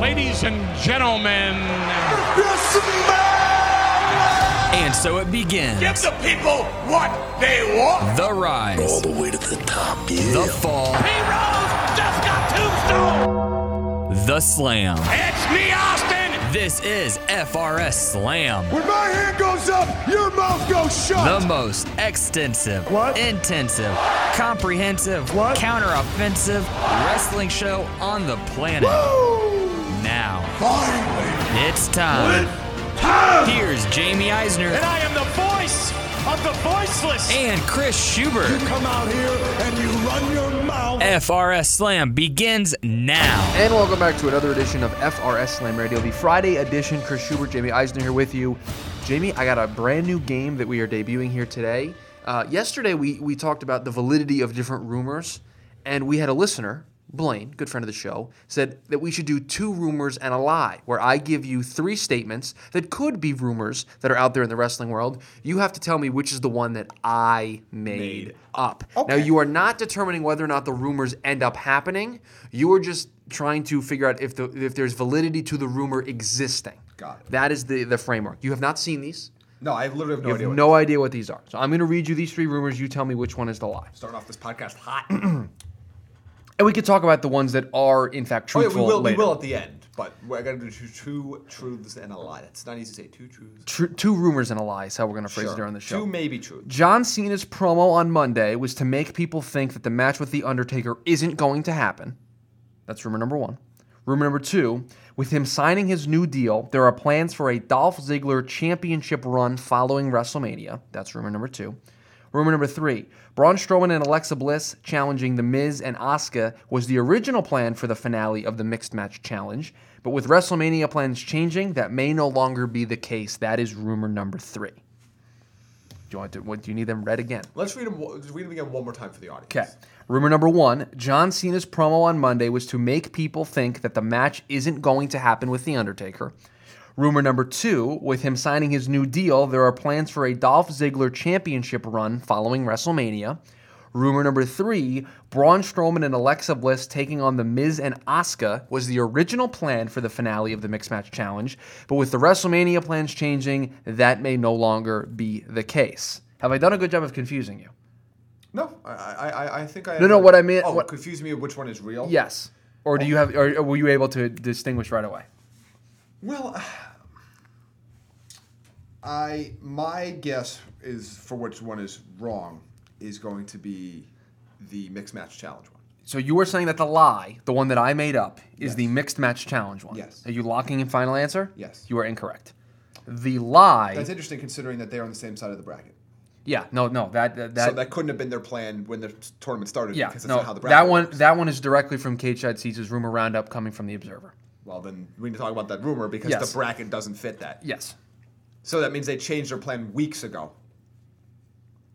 Ladies and gentlemen. And so it begins. Give the people what they want. The rise. All the way to the top, yeah. The fall. He rose, just got tombstone. The slam. It's me, Austin. This is FRS Slam. When my hand goes up, your mouth goes shut. The most extensive, What? intensive, comprehensive, What? counter-offensive wrestling show on the planet. Woo! Now, Finally, it's time. time. Here's Jamie Eisner And I am the voice of the voiceless. and Chris Schubert. Come out here and you run your mouth. FRS Slam begins now. And welcome back to another edition of FRS Slam Radio, the Friday edition. Chris Schubert, Jamie Eisner here with you. Jamie, I got a brand new game that we are debuting here today. Uh, yesterday, we, we talked about the validity of different rumors, and we had a listener, Blaine, good friend of the show, said that we should do two rumors and a lie, where I give you three statements that could be rumors that are out there in the wrestling world. You have to tell me which is the one that I made, up. Now, you are not determining whether or not the rumors end up happening. You are just trying to figure out if the if there's validity to the rumor existing. Got it. That is the the framework. You have not seen these. No, I literally have no You idea. have what- no idea what these are. So I'm going to read you these three rumors. You tell me which one is the lie. Starting off this podcast hot. And we could talk about the ones that are in fact oh yeah, truthful we will. later. We will at the end, but we're gonna do two, two truths and a lie. It's not easy to say two truths. Tru- two rumors and a lie is how we're going to phrase it during the show. Two maybe truths. John Cena's promo on Monday was to make people think that the match with The Undertaker isn't going to happen. That's rumor number one. Rumor number two with him signing his new deal, there are plans for a Dolph Ziggler championship run following WrestleMania. That's rumor number two. Rumor number three Braun Strowman and Alexa Bliss challenging The Miz and Asuka was the original plan for the finale of the Mixed Match Challenge, but with WrestleMania plans changing, that may no longer be the case. That is rumor number three. Do you want to? What do you need them read again? Let's read them. Just read them again one more time for the audience. Okay. Rumor number one: John Cena's promo on Monday was to make people think that the match isn't going to happen with the Undertaker. Rumor number two: With him signing his new deal, there are plans for a Dolph Ziggler championship run following WrestleMania. Rumor number three: Braun Strowman and Alexa Bliss taking on The Miz and Asuka was the original plan for the finale of the Mixed Match Challenge, but with the WrestleMania plans changing, that may no longer be the case. Have I done a good job of confusing you? No, I, I, I- I think I. No, no, what I meant- Oh, what- confuse me. Which one is real? Yes. Or do you have? Or were you able to distinguish right away? Well, I my guess is for which one is wrong is going to be the mixed match challenge one. So you were saying that the lie, the one that I made up, is the mixed match challenge one. Yes. Are you locking in final answer? Yes. You are incorrect. The lie. That's interesting considering that they're on the same side of the bracket. yeah. No. No. That. That. that so that couldn't have been their plan when the tournament started. yeah. because that's No. not how the bracket that one. works. That one is directly from Cage Side Seats' rumor roundup coming from the Observer. Well, then we need to talk about that rumor because Yes. the bracket doesn't fit that. Yes. So that means they changed their plan weeks ago.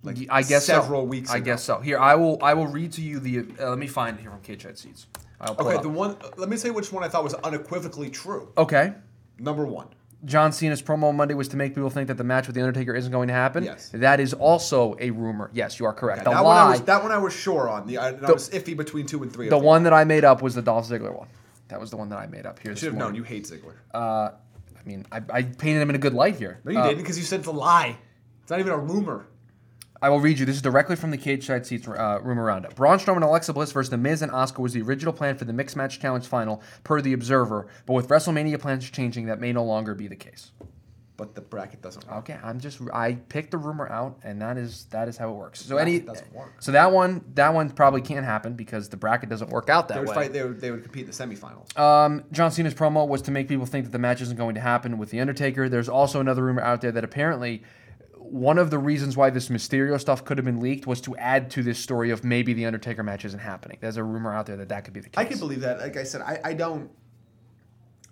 Like I guess so. several weeks. I ago. guess so. Here, I will. I will read to you the. Uh, let me find it here from Cage Side Seats. I'll pull it Okay, up. the one. Let me say which one I thought was unequivocally true. okay. Number one. John Cena's promo on Monday was to make people think that the match with The Undertaker isn't going to happen. Yes. That is also a rumor. Yes, you are correct. the that lie, one I was. That one I was sure on. The I, and I was iffy between two and three. the of them. one that I made up was the Dolph Ziggler one. That was the one that I made up here. I should have known. You hate Ziggler. I mean, I, I painted him in a good light here. no, you Uh, didn't because you said it's a lie. It's not even a rumor. I will read you. This is directly from the Cage Side Seats uh, rumor roundup. Braun Strowman and Alexa Bliss versus The Miz and Oscar was the original plan for the Mixed Match Challenge final, per The Observer. But with WrestleMania plans changing, that may no longer be the case. But the bracket doesn't. Work. Okay, I'm just I picked the rumor out, and that is that is how it works. So Nah, any it doesn't work. so that one that one probably can't happen because the bracket doesn't work out They that would way. fight. They would, they would compete in the semifinals. Um, John Cena's promo was to make people think that the match isn't going to happen with the Undertaker. There's also another rumor out there that apparently one of the reasons why this Mysterio stuff could have been leaked was to add to this story of maybe the Undertaker match isn't happening. There's a rumor out there that that could be the case. I can believe that. Like I said, I, I don't.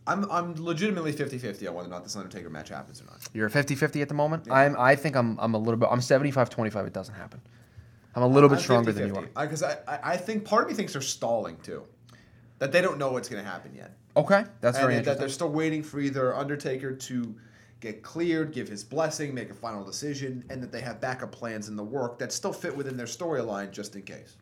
I'm I'm legitimately 50-50 on whether or not this Undertaker match happens or not. You're 50-50 at the moment. I'm I think I'm I'm a little bit I'm 75-25 it doesn't happen. I'm a little bit I'm stronger than you are. Because I, I, I think part of me thinks they're stalling too, that they don't know what's going to happen yet, Okay, that's and very that interesting. they're still waiting for either Undertaker to get cleared, give his blessing, make a final decision, and that they have backup plans in the work that still fit within their storyline just in case.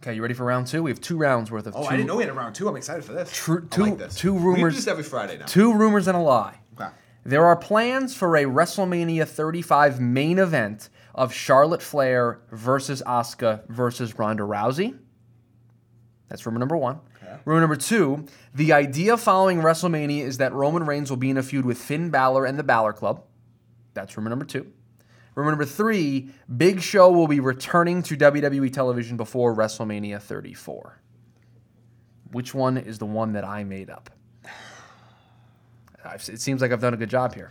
Okay, you ready for round two? We have two rounds worth of Oh, two I didn't know we had a round two. I'm excited for this. True- I two- like this. two We rumors- do this every Friday now. Two rumors and a lie. Okay. There are plans for a WrestleMania 35 main event of Charlotte Flair versus Asuka versus Ronda Rousey. That's rumor number one. Rumor number two the idea following WrestleMania is that Roman Reigns will be in a feud with Finn Balor and the Balor Club. That's rumor number two. Rumor number three Big Show will be returning to WWE television before WrestleMania 34. Which one is the one that I made up? I've, it seems like I've done a good job here.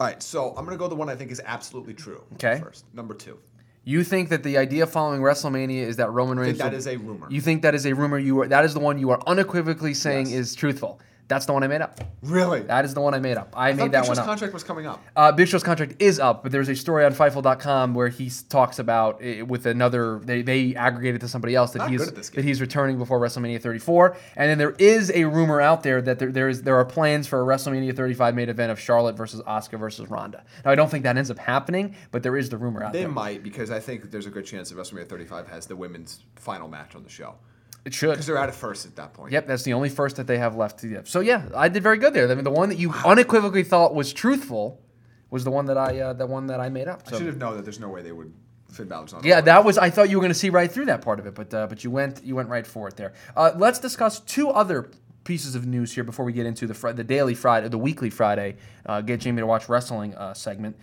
All right, so I'm gonna go the one I think is absolutely true. Okay. First, number two. You think that the idea following WrestleMania is that Roman Reigns? that will- is a rumor. You think that is a rumor? You are, that is the one you are unequivocally saying Yes. is truthful. That's the one I made up. Really? That is the one I made up. I, I made thought that Picture's one up. contract was coming up. uh, Big Show's contract is up, but there's a story on Fightful.com where he s- talks about it with another. They, they aggregated to somebody else that Not he's good at this game. that he's returning before WrestleMania 34. And then there is a rumor out there that there, there is there are plans for a WrestleMania 35 main event of Charlotte versus Oscar versus Ronda. Now I don't think that ends up happening, but there is the rumor out They there. might because I think there's a good chance that WrestleMania 35 has the women's final match on the show It should. because they're out of first at that point. Yep, that's the only first that they have left to give. So yeah, I did very good there. I mean, the one that you unequivocally thought was truthful was the one that I uh, the one that I made up. I should So have known that there's no way they would Finn Balor's on. the yeah, board. that was I thought you were going to see right through that part of it, but uh, but you went you went right for it there. Uh, let's discuss two other pieces of news here before we get into the fri- the daily Friday, the weekly Friday, uh, get Jamie to watch wrestling uh, segment.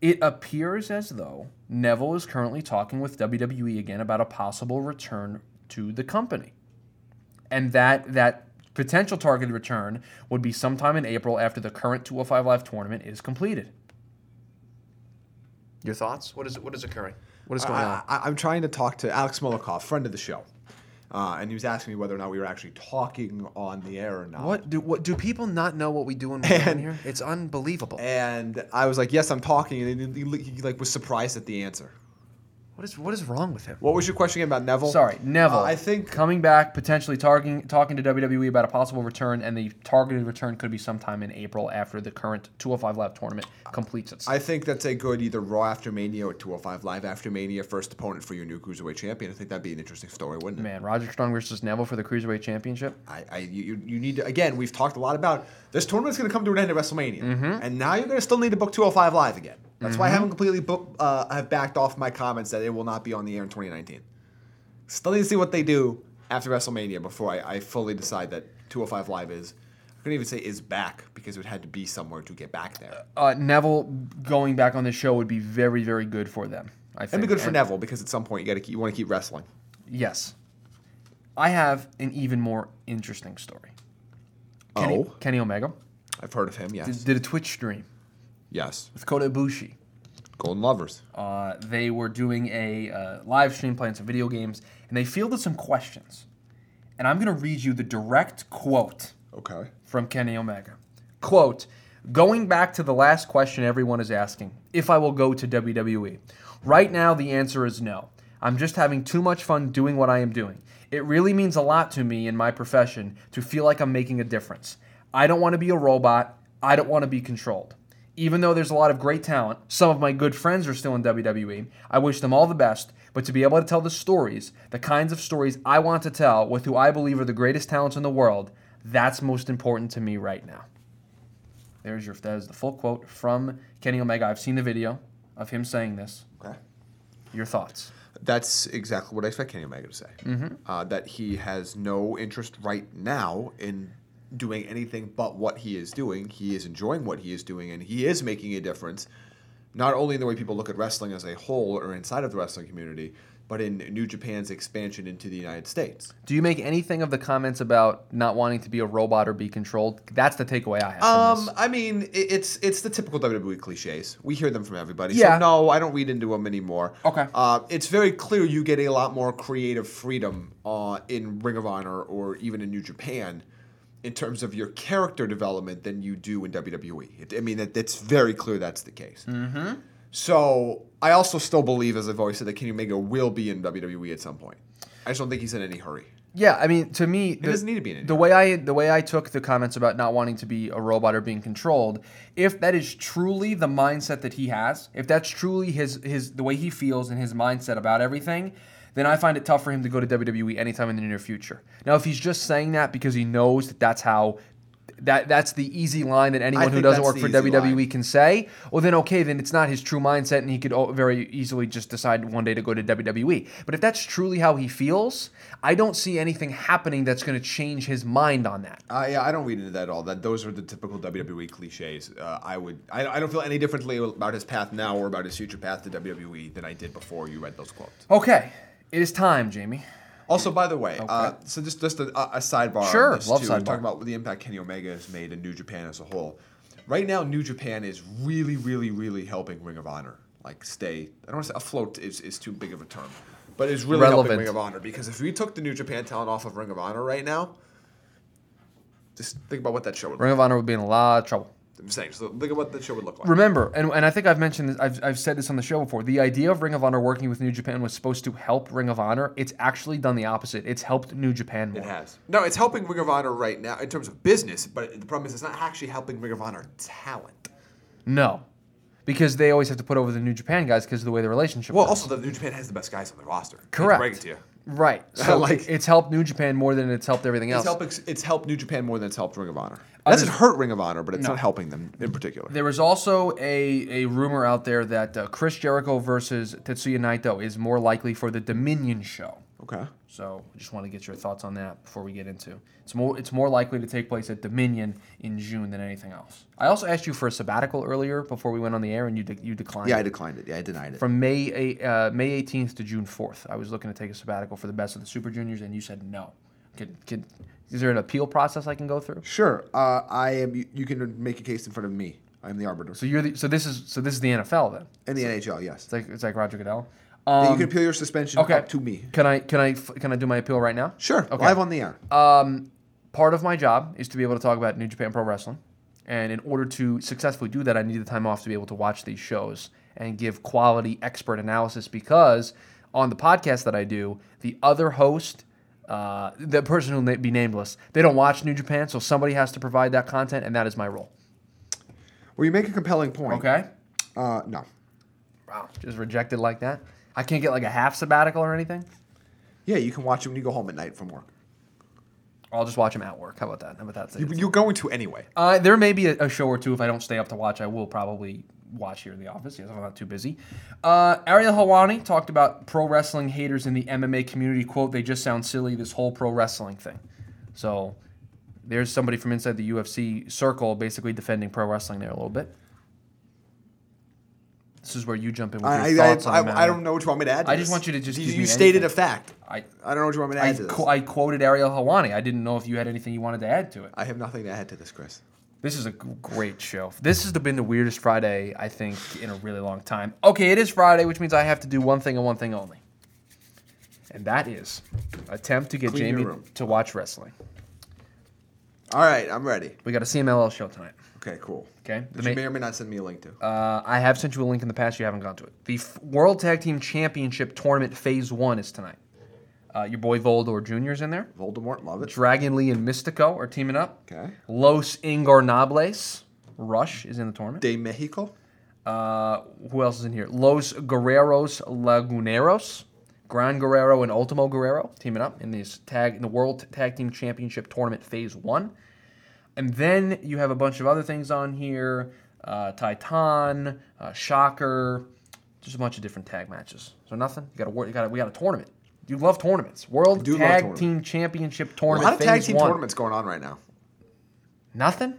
It appears as though Neville is currently talking with WWE again about a possible return to the company. and that that potential targeted return would be sometime in April after the current 205 Live tournament is completed. Your thoughts? What is what is occurring? What is going I, I, I'm trying to talk to Alex Molokov, friend of the show, uh, and he was asking me whether or not we were actually talking on the air or not. What do what do people not know what we do when we're down here? It's unbelievable. And I was like, "Yes, I'm talking," and he, he, he, like was surprised at the answer. What is what is wrong with him? What was your question again about Neville? Sorry, Neville. Uh, I think coming back potentially targeting talking to WWE about a possible return, and the targeted return could be sometime in April after the current 205 Live tournament completes itself. I think that's a good either Raw after Mania or 205 Live after Mania first opponent for your new cruiserweight champion. I think that'd be an interesting story, wouldn't it? Man, Roger Strong versus Neville for the Cruiserweight Championship. I, I you, you- you need to, again. We've talked a lot about this tournament's going to come to an end at WrestleMania, Mm-hmm. and now you're going to still need to book 205 Live again. That's why I haven't completely book, uh, I have backed off my comments that it will not be on the air in 2019. Still need to see what they do after WrestleMania before I, I fully decide that 205 Live is. I couldn't even say is back because it would had to be somewhere to get back there. uh, Neville going back on the show would be very, very good for them. I think. It'd be good for And- Neville because at some point you got to keep, you want to keep wrestling. Yes. I have an even more interesting story. Kenny, Oh, Kenny Omega I've heard of him. Yes, did a Twitch stream yes, with Kota Ibushi. Golden Lovers. Uh, they were doing a uh, live stream playing some video games, and they fielded some questions. And I'm going to read you the direct quote Okay. from Kenny Omega. Quote Going back to the last question everyone is asking if I will go to WWE. Right now, the answer is no. I'm just having too much fun doing what I am doing. It really means a lot to me in my profession to feel like I'm making a difference. I don't want to be a robot, I don't want to be controlled. Even though there's a lot of great talent, some of my good friends are still in WWE. I wish them all the best, but to be able to tell the stories, the kinds of stories I want to tell with who I believe are the greatest talents in the world, that's most important to me right now. There's your that is the full quote from Kenny Omega. I've seen the video of him saying this. Okay. Your thoughts? That's exactly what I expect Kenny Omega to say. Uh, that he has no interest right now in doing anything but what he is doing. He is enjoying what he is doing, and he is making a difference, not only in the way people look at wrestling as a whole or inside of the wrestling community, but in New Japan's expansion into the United States. Do you make anything of the comments about not wanting to be a robot or be controlled? That's the takeaway I have. from Um, this. I mean, i- it's it's the typical WWE cliches. We hear them from everybody. Yeah. So no, I don't read into them anymore. Okay. Uh, it's very clear you get a lot more creative freedom uh, in Ring of Honor or even in New Japan in terms of your character development than you do in WWE. It, I mean, it, it's very clear that's the case. Mm-hmm. So I also still believe, as I've always said, that Kenny Omega will be in WWE at some point. I just don't think he's in any hurry. Yeah, I mean, to me, the, doesn't need to be an idiot. the way I the way I took the comments about not wanting to be a robot or being controlled. If that is truly the mindset that he has, if that's truly his his the way he feels and his mindset about everything, then I find it tough for him to go to WWE anytime in the near future. Now, if he's just saying that because he knows that that's how. That, that's the easy line that anyone who think doesn't that's work the for easy line. WWE can say. Well, then okay, then it's not his true mindset, and he could o- very easily just decide one day to go to WWE. But if that's truly how he feels, I don't see anything happening that's going to change his mind on that. Uh, yeah, I don't read into that at all. That those are the typical WWE cliches. Uh, I would, I, I don't feel any differently about his path now or about his future path to WWE than I did before you read those quotes. Okay, it is time, Jamie. Also, by the way, uh, so just just a, a sidebar. on Sure, this, love too. sidebar. We're talking about the impact Kenny Omega has made in New Japan as a whole. Right now, New Japan is really, really, really helping Ring of Honor like stay. I don't want to say afloat is, is too big of a term, but it's really helping Relevant. Ring of Honor because if we took the New Japan talent off of Ring of Honor right now, just think about what that show would. look Ring of Honor would be in a lot of trouble. I'm saying, so think about what that show would look like. Remember, and, and I think I've mentioned this, I've, I've said this on the show before. The idea of Ring of Honor working with New Japan was supposed to help Ring of Honor. It's actually done the opposite. It's helped New Japan more. It has. No, it's helping Ring of Honor right now in terms of business, but the problem is it's not actually helping Ring of Honor talent. No, because they always have to put over the New Japan guys because of the way the relationship. Well, works. also, the New Japan has the best guys on the roster. I hate to correct. break it to you. Right. So Like- it's helped New Japan more than it's helped everything else. It's, help, it's helped New Japan more than it's helped Ring of Honor. It doesn't hurt Ring of Honor, but it's not helping them in particular. There was also a, a rumor out there that uh, Chris Jericho versus Tetsuya Naito is more likely for the Dominion show. Okay. So I just want to get your thoughts on that before we get into. It's more it's more likely to take place at Dominion in June than anything else. I also asked you for a sabbatical earlier before we went on the air, and you de- you declined. Yeah, I it. declined it. Yeah, I denied it. From May eight- uh, May 18th to June 4th, I was looking to take a sabbatical for the best of the Super Juniors, and you said no. Could, could, is there an appeal process I can go through? sure. Uh, I am. You, you can make a case in front of me. I'm the arbiter. So you're the, so this is so this is the NFL then. in the NHL, yes. It's like it's like Roger Goodell. Um, you can appeal your suspension Okay. up to me. Can I can I can I do my appeal right now? Sure. Live on the air. Uh, part of my job is to be able to talk about New Japan Pro Wrestling. And in order to successfully do that, I need the time off to be able to watch these shows and give quality expert analysis because on the podcast that I do, the other host, uh, the person who will be nameless, they don't watch New Japan, so somebody has to provide that content, and that is my role. well, you make a compelling point. Okay? Uh, no. Wow. Just rejected like that. I can't get like a half sabbatical or anything. Yeah, you can watch it when you go home at night from work. I'll just watch them at work. How about that? How about that? You- You're going to anyway. Uh, there may be a, a show or two if I don't stay up to watch. I will probably watch here in the office. Yes, I'm not too busy. Uh, Ariel Hawani talked about pro wrestling haters in the MMA community. "Quote: They just sound silly. This whole pro wrestling thing." So there's somebody from inside the UFC circle basically defending pro wrestling there a little bit. This is where you jump in with I, your I, thoughts on the matter. I, I don't know what you want me to add. To I just this. want you to just You, give you me stated anything. a fact. I- I don't know what you want me to I, add to this. qu- I quoted Ariel Hawani. I didn't know if you had anything you wanted to add to it. I have nothing to add to this, Chris. This is a g- great show. This has been the weirdest Friday I think in a really long time. Okay, it is Friday, which means I have to do one thing and one thing only, and that is attempt to get Clean your Jamie room. to watch wrestling. All right, I'm ready. We got a CMLL show tonight. Okay, cool. Okay, the That you ma- may or may not send me a link to. Uh, I have sent you a link in the past. You haven't gone to it. The F- World Tag Team Championship Tournament Phase One is tonight. Uh, your boy Voldor Jr.'s in there. Voldemort, love it. Dragon Lee and Mystico are teaming up. Okay. Los Ingobernables. Rush is in the tournament. De Mexico. Uh, who else is in here? Los Guerreros Laguneros, Gran Guerrero and Ultimo Guerrero teaming up in this tag in the World Tag Team Championship Tournament Phase One. And then you have a bunch of other things on here: uh, Titan, uh, Shocker, just a bunch of different tag matches. So nothing. You got a wor- you got a, we got a tournament. You love tournaments. World do love Tag tournament. Team Championship A Tournament. lot of tag Phase team one. tournaments going on right now. Nothing.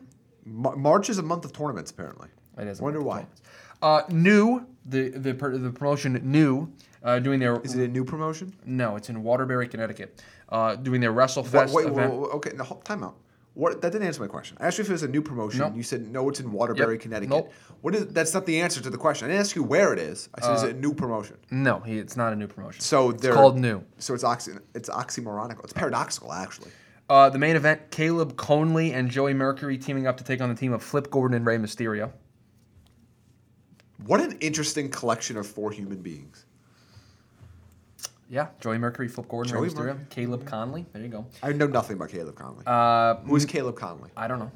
Ma- March is a month of tournaments, apparently. It is. a Wonder lot of why. tournaments. Uh, new the the per- the promotion new uh, doing their Is it a new promotion? No, it's in Waterbury, Connecticut. Uh, doing their WrestleFest What, wait, wait, event. wait, okay, no, hold- time out. What, that didn't answer my question. I asked you if it was a new promotion. Nope. You said no, it's in Waterbury, Yep. Connecticut. Nope. What is? That's not the answer to the question. I didn't ask you where it is. I said, is it a new promotion? No, he, it's not a new promotion. So Uh, it's they're called new. So it's oxy, it's oxymoronical. It's paradoxical, actually. Uh, the main event: Caleb Conley and Joey Mercury teaming up to take on the team of Flip Gordon and Rey Mysterio. What an interesting collection of four human beings. Yeah, Joey Mercury, Flip Gordon, Rey Joey Mysterio, Mercury. Caleb Conley. There you go. I know nothing about Caleb Conley. Uh, Who is Caleb Conley? I don't know.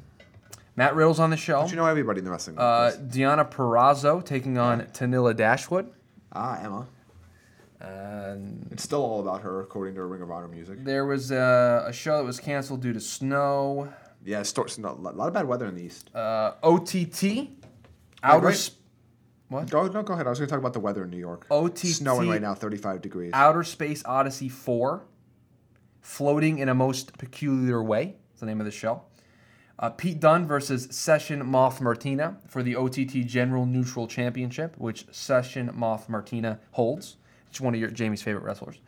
Matt Riddle's on the show. Don't you know everybody in the wrestling world? uh, Chris? Deanna Perrazzo taking on Tanila Dashwood. ah, Emma. It's still all about her, according to Ring of Honor music. There was uh, a show that was canceled due to snow. Yeah, stores, not, a lot of bad weather in the east. Uh, OTT, outer wait. sp- go, Oh, no, go ahead. I was going to talk about the weather in New York. OTT. Snowing right now, 35 degrees. Outer Space Odyssey 4, Floating in a Most Peculiar Way, is the name of the show. Uh, Pete Dunne versus Session Moth Martina for the OTT General Neutral Championship, which Session Moth Martina holds. It's one of your, Jamie's favorite wrestlers.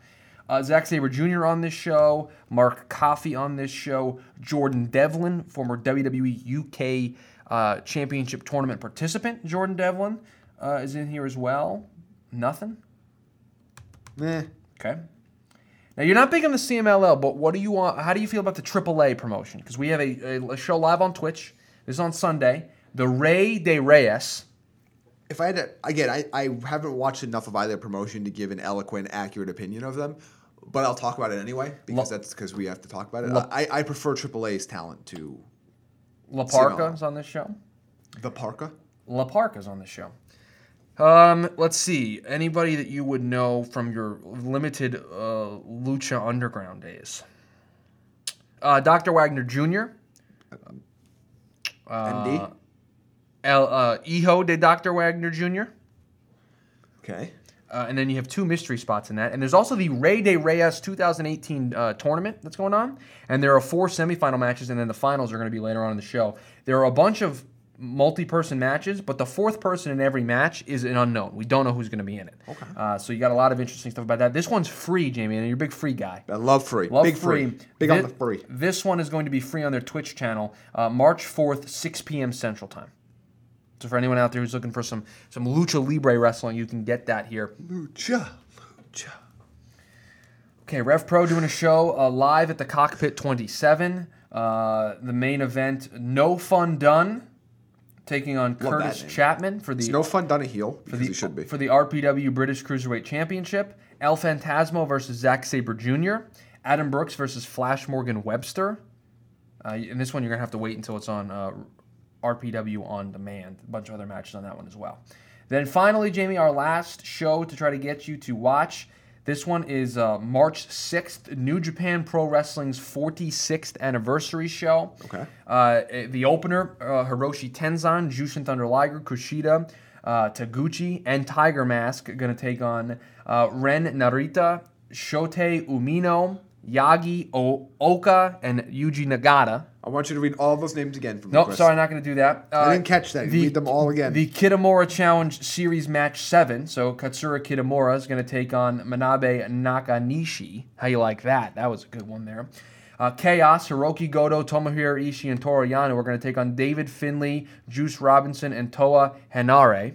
Uh, Zack Sabre Jr. on this show, Mark Coffey on this show, Jordan Devlin, former WWE UK uh, Championship Tournament participant, Jordan Devlin uh, is in here as well. Nothing. Meh. Okay. Now you're not big on the CMLL, but what do you want? How do you feel about the AAA promotion? Because we have a, a, a show live on Twitch. This is on Sunday. The Rey de Reyes. If I had to, again, I, I haven't watched enough of either promotion to give an eloquent, accurate opinion of them, but I'll talk about it anyway because Lo- that's because we have to talk about it. Lo- I, I prefer AAA's talent to La Parca's on this show. the Parka. La Parca's on this show. Um, let's see. Anybody that you would know from your limited uh, Lucha Underground days? Uh, Dr. Wagner Jr., Uh, MD. El, uh, Hijo de Dr. Wagner Jr., Okay. Uh, and then you have two mystery spots in that. And there's also the Rey de Reyes 2018 uh, tournament that's going on. And there are four semifinal matches, and then the finals are going to be later on in the show. There are a bunch of multi person matches, but the fourth person in every match is an unknown. We don't know who's going to be in it. Okay. Uh, so you got a lot of interesting stuff about that. This one's free, Jamie, and you're a big free guy. I love free. Love Big free. Big Thi- on the free. This one is going to be free on their Twitch channel, uh, March 4th, 6 p.m. Central Time. So for anyone out there who's looking for some some lucha libre wrestling, you can get that here. Lucha. Lucha. Okay, Rev Pro doing a show uh, live at the Cockpit 27. Uh, the main event, No Fun Done, taking on that Curtis name. Chapman for the It's no fun done a heel because for the, he should be. for the RPW British Cruiserweight Championship. El Fantasmo versus Zack Saber Jr. Adam Brooks versus Flash Morgan Webster. Uh, and this one you're gonna have to wait until it's on uh, RPW on demand. A bunch of other matches on that one as well. Then finally, Jamie, our last show to try to get you to watch. This one is uh, March 6th, New Japan Pro Wrestling's 46th anniversary show. Okay. Uh, the opener, uh, Hiroshi Tenzan, Jushin Thunder Liger, Kushida, uh, Taguchi, and Tiger Mask are going to take on uh, Ren Narita, Shotei Umino, Yagi o- Oka, and Yuji Nagata. I want you to read all those names again from me, Nope, Chris. sorry, not going to do that. Uh, didn't catch that. Read them all again. The Kitamura Challenge Series Match 7. So Katsura Kitamura is going to take on Manabe Nakanishi. How you like that? That was a good one there. Uh, Chaos, Hiroki Goto, Tomohiro Ishii, and Toru Yano are going to take on David Finley, Juice Robinson, and Toa Henare.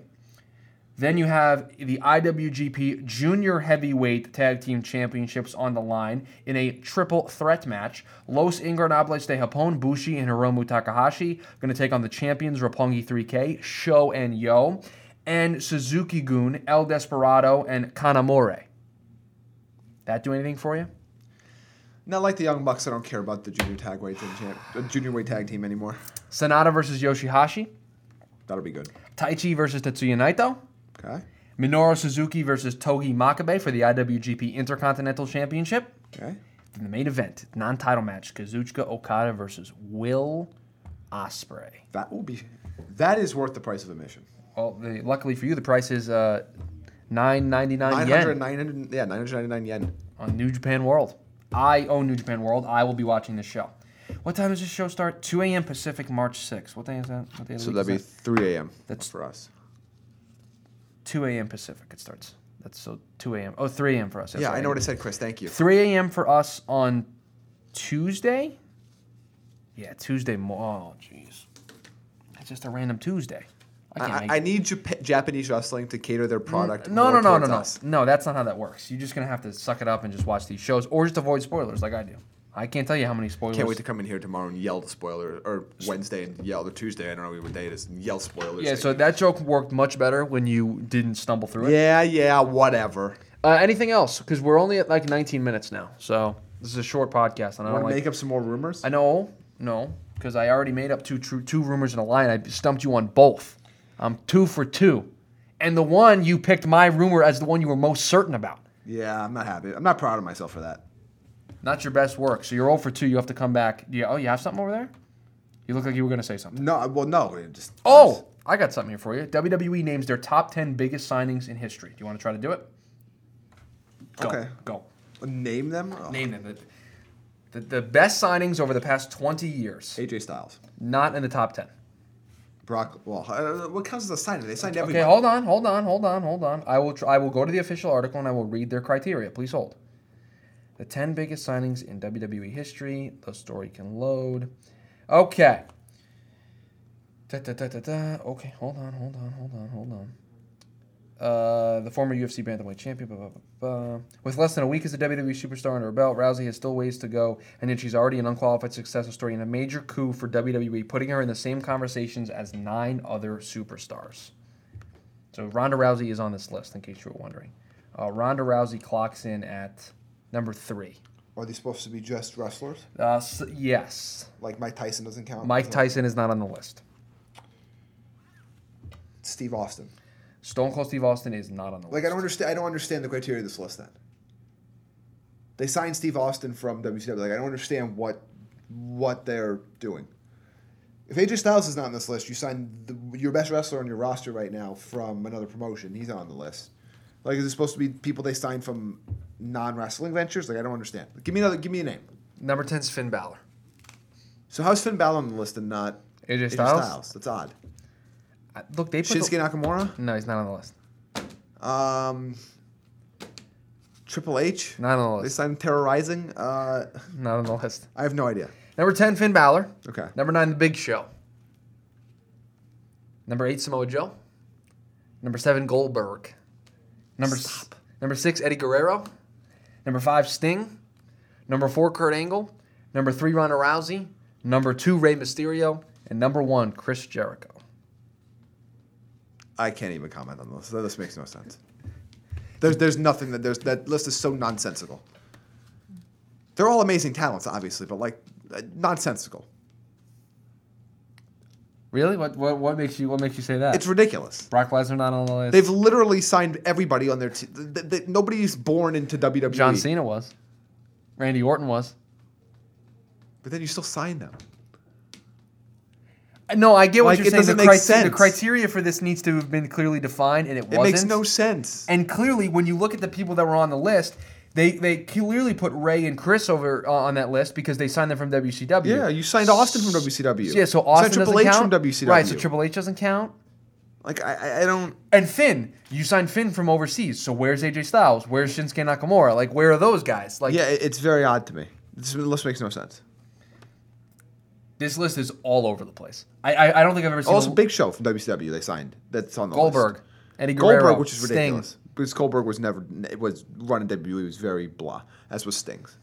Then you have the IWGP Junior Heavyweight Tag Team Championships on the line in a triple threat match. Los Ingobernables de Japón, Bushi, and Hiromu Takahashi going to take on the champions Roppongi 3K, Sho and Yo, and Suzuki Gun, El Desperado, and Kanamore. That do anything for you? Not like the Young Bucks. I don't care about the junior tag weight team champ, uh, junior weight tag team anymore. Sonata versus Yoshihashi, That'll be good. Taichi versus Tetsuya Naito, Okay. Minoru Suzuki versus Togi Makabe for the IWGP Intercontinental Championship. Okay. in the main event, non-title match, Kazuchika Okada versus Will Osprey. That will be. That is worth the price of admission. Well, the, luckily for you, the price is uh, nine ninety nine 900, yen 900, yeah, 999 yen. on New Japan World. I own New Japan World. I will be watching this show. What time does this show start? 2 a.m. Pacific, March 6th. What day is that? What day of the So week that'd be is 3 a.m. That's- for us. that? 2 a.m. Pacific. It starts. That's so 2 a.m. Oh, 3 a.m. for us. That's Yeah, I right. know what I said, Chris. Thank you. 3 a.m. for us on Tuesday. Yeah, Tuesday. Mo- oh, jeez. That's just a random Tuesday. I, can't I- make- I need Jap- Japanese wrestling to cater their product. Mm, No, no, more no, no, towards no. us. No, that's not how that works. You're just gonna have to suck it up and just watch these shows, or just avoid spoilers, like I do. I can't tell you how many spoilers. Can't wait to come in here tomorrow and yell the spoiler, or Wednesday and yell the Tuesday. I don't know what day it is. And yell spoilers. yeah, at so you. that joke worked much better when you didn't stumble through it. yeah, yeah, whatever. Uh, anything else? Because we're only at like 19 minutes now, so this is a short podcast, and I Want don't to like. make up some more rumors? I know, no, because I already made up two true two rumors in a line. I stumped you on both. I'm two for two, and the one you picked my rumor as the one you were most certain about. Yeah, I'm not happy. I'm not proud of myself for that. Not your best work. So you're 0 for 2. You have to come back. Yeah. Oh, you have something over there? You look like you were going to say something. No, I- well, no. It just Oh, I got something here for you. WWE names their top 10 biggest signings in history. Do you want to try to do it? Go. Okay. Go. name them. Oh, Name them. The, the, the best signings over the past 20 years. AJ Styles, Not in the top 10. Brock. Well, uh, what counts as a signing? They signed Okay, everybody. hold on, hold on, hold on, hold on. I will tr- I will go to the official article and I will read their criteria. Please hold. The 10 biggest signings in WWE history. The story can load. Okay. Da, da, da, da, da. Okay, hold on, hold on, hold on, hold on. Uh, the former UFC bantamweight champion. Blah, blah, blah, blah. With less than a week as a WWE superstar under her belt, Rousey has still ways to go, and yet she's already an unqualified success story and a major coup for WWE, putting her in the same conversations as nine other superstars. So Ronda Rousey is on this list, in case you were wondering. Uh, Ronda Rousey clocks in at number three. Are they supposed to be just wrestlers? Uh, s- yes, Like Mike Tyson doesn't count. Mike So- Tyson is not on the list. Steve Austin. Stone Cold Steve Austin is not on the Like I list. don't understand. I don't understand the criteria of this list. Then they signed Steve Austin from WCW. Like I don't understand what what they're doing. If AJ Styles is not on this list, you signed the, your best wrestler on your roster right now from another promotion. He's not on the list. Like is it supposed to be people they signed from non wrestling ventures? Like I don't understand. Give me another. Give me a name. Number 10 is Finn Balor. So how's Finn Balor on the list and not AJ Styles? That's odd. I- look, they put the- Shinsuke Nakamura. No, he's not on the list. Um, Triple H. Not on the They list. signed Terrorizing. Uh, Not on the list. I have no idea. Number 10, Finn Balor. Okay. Number 9, The Big Show. Number 8, Samoa Joe. Number 7, Goldberg. Number, s- number 6, Eddie Guerrero. Number 5, Sting. Number 4, Kurt Angle. Number 3, Ronda Rousey. Number 2, Rey Mysterio. And number 1, Chris Jericho. I can't even comment on this. This makes no sense. There's there's nothing that there's that list is so nonsensical. They're all amazing talents, obviously, but like uh, nonsensical. Really? What, what, what makes you what makes you say that? It's ridiculous. Brock Lesnar not on the list. They've literally signed everybody on their team. nobody's born into E. WWE. John Cena was. Randy Orton was. But then you still sign them. No, I get what Like, you're it saying. doesn't the, make crite- the sense. criteria for this needs to have been clearly defined, and it, It wasn't. makes no sense. And clearly, when you look at the people that were on the list, they they clearly put Ray and Chris over uh, on that list because they signed them from WCW. yeah, you signed Austin from WCW. yeah. So You signed Austin Triple doesn't H count. from WCW. Right. So Triple H doesn't count. like I- I, I don't. And Finn, you signed Finn from overseas. So where's AJ Styles? Where's Shinsuke Nakamura? Like, where are those guys? Like, Yeah, it- it's very odd to me. This list makes no sense. this list is all over the place. I I, I don't think I've ever seen Also, a- Big Show from WCW they signed. That's on the Goldberg, list. Eddie Guerrero, Goldberg, which is Sting. ridiculous. Because Goldberg was never it was running WWE E, was very blah. As was Sting's.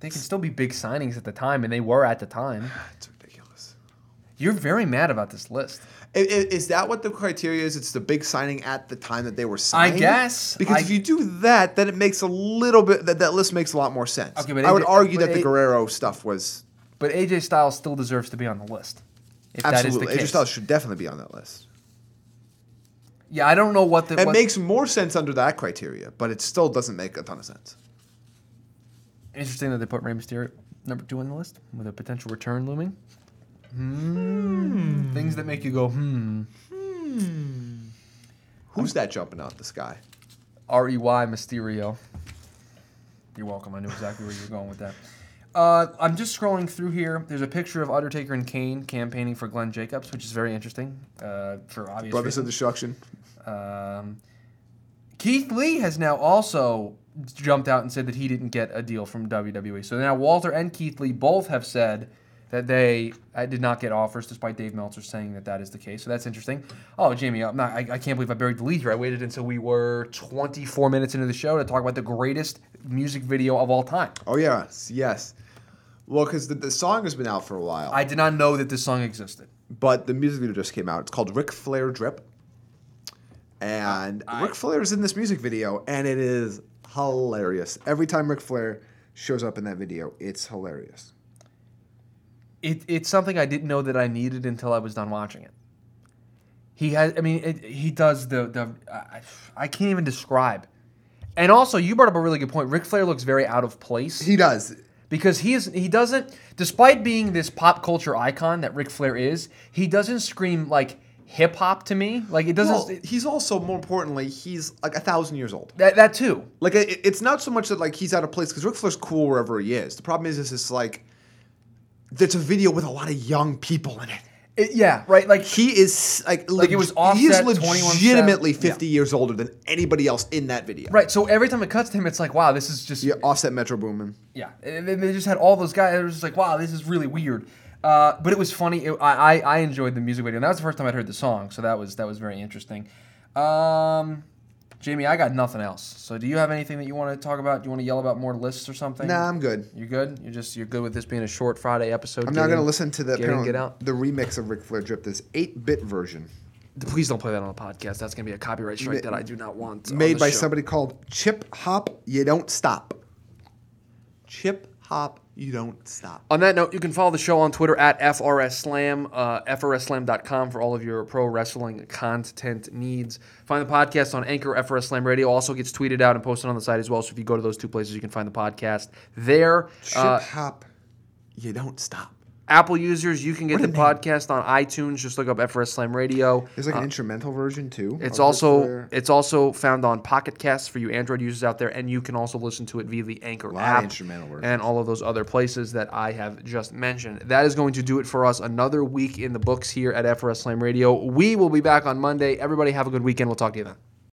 They can still be big signings at the time, and they were at the time. It's ridiculous. You're very mad about this list. Is, that what the criteria is? It's the big signing at the time that they were signed. guess. Because I- if you do that, then it makes a little bit that that list makes a lot more sense. Okay, but I would AJ argue but that the A- Guerrero stuff was But AJ Styles still deserves to be on the list. If absolutely. that is the AJ case. Styles should definitely be on that list. Yeah, I don't know what the. It what- makes more sense under that criteria, but it still doesn't make a ton of sense. interesting that they put Rey Mysterio number two on the list with a potential return looming. Hmm. Things that make you go hmm. Hmm. Who's that jumping out the sky? R E Y Mysterio. You're welcome. I knew exactly where you were going with that. Uh, I'm just scrolling through here. There's a picture of Undertaker and Kane campaigning for Glenn Jacobs, which is very interesting uh, for obvious Brothers of reasons. Destruction. Um, Keith Lee has now also jumped out and said that he didn't get a deal from WWE. So now Walter and Keith Lee both have said that they uh, did not get offers, despite Dave Meltzer saying that that is the case. So that's interesting. Oh, Jamie, I'm not, I, I can't believe I buried the lead here. I waited until we were 24 minutes into the show to talk about the greatest music video of all time. Oh yes, yes. Well, because the, the song has been out for a while, I did not know that this song existed. but the music video just came out. It's called Ric Flair Drip, and Ric Flair is in this music video, and it is hilarious. Every time Ric Flair shows up in that video, it's hilarious. it, it's something I didn't know that I needed until I was done watching it. He has, I mean, it, he does the the I, I can't even describe And also, you brought up a really good point. Ric Flair looks very out of place He does. because he is he doesn't, despite being this pop culture icon that Ric Flair is, he doesn't scream like hip hop to me. Like it doesn't. Well, he's also more importantly, he's like a thousand years old. that that too. Like it, it's not so much that like he's out of place because Ric Flair's cool wherever he is. The problem is, is it's like it's a video with a lot of young people in it. It- yeah, right. Like He is like, Like, it was He is Offset, 21 Savage. legitimately fifty years older than anybody else in that video. right. So every time it cuts to him, it's like, wow, this is just Yeah, Offset Metro Boomin. Yeah, and then they just had all those guys. It was just like, wow, this is really weird. Uh, but it was funny. It, I, I I enjoyed the music video. And that was the first time I'd heard the song, so that was that was very interesting. Um, Jamie, I got nothing else. So do you have anything that you want to talk about? Do you want to yell about more lists or something? Nah, I'm good. You're good. You're just you're good with this being a short Friday episode. I'm Get not in, gonna listen to the get in, apparently, get out. the remix of Ric Flair Drip, this eight bit version Please don't play that on the podcast. That's gonna be a copyright strike that I do not want. on made the by show. somebody called Chip Hop. You don't stop. Chip hop, you don't stop. On that note, you can follow the show on Twitter at FRS Slam, uh, FRSSlam.com for all of your pro wrestling content needs. Find the podcast on Anchor, FRS Slam Radio. Also gets tweeted out and posted on the site as well. So if you go to those two places, you can find the podcast there. Chip Uh, Hop. You don't stop. Apple users, you can get the podcast on iTunes. Just look up FRS Slam Radio. There's like an instrumental version too. of Uh, It's Ric also Flair. it's also found on Pocket Casts for you Android users out there, and you can also listen to it via the Anchor Lot of app instrumental versions. and all of those other places that I have just mentioned. That is going to do it for us. Another week in the books here at FRS Slam Radio. We will be back on Monday. Everybody have a good weekend. We'll talk to you then.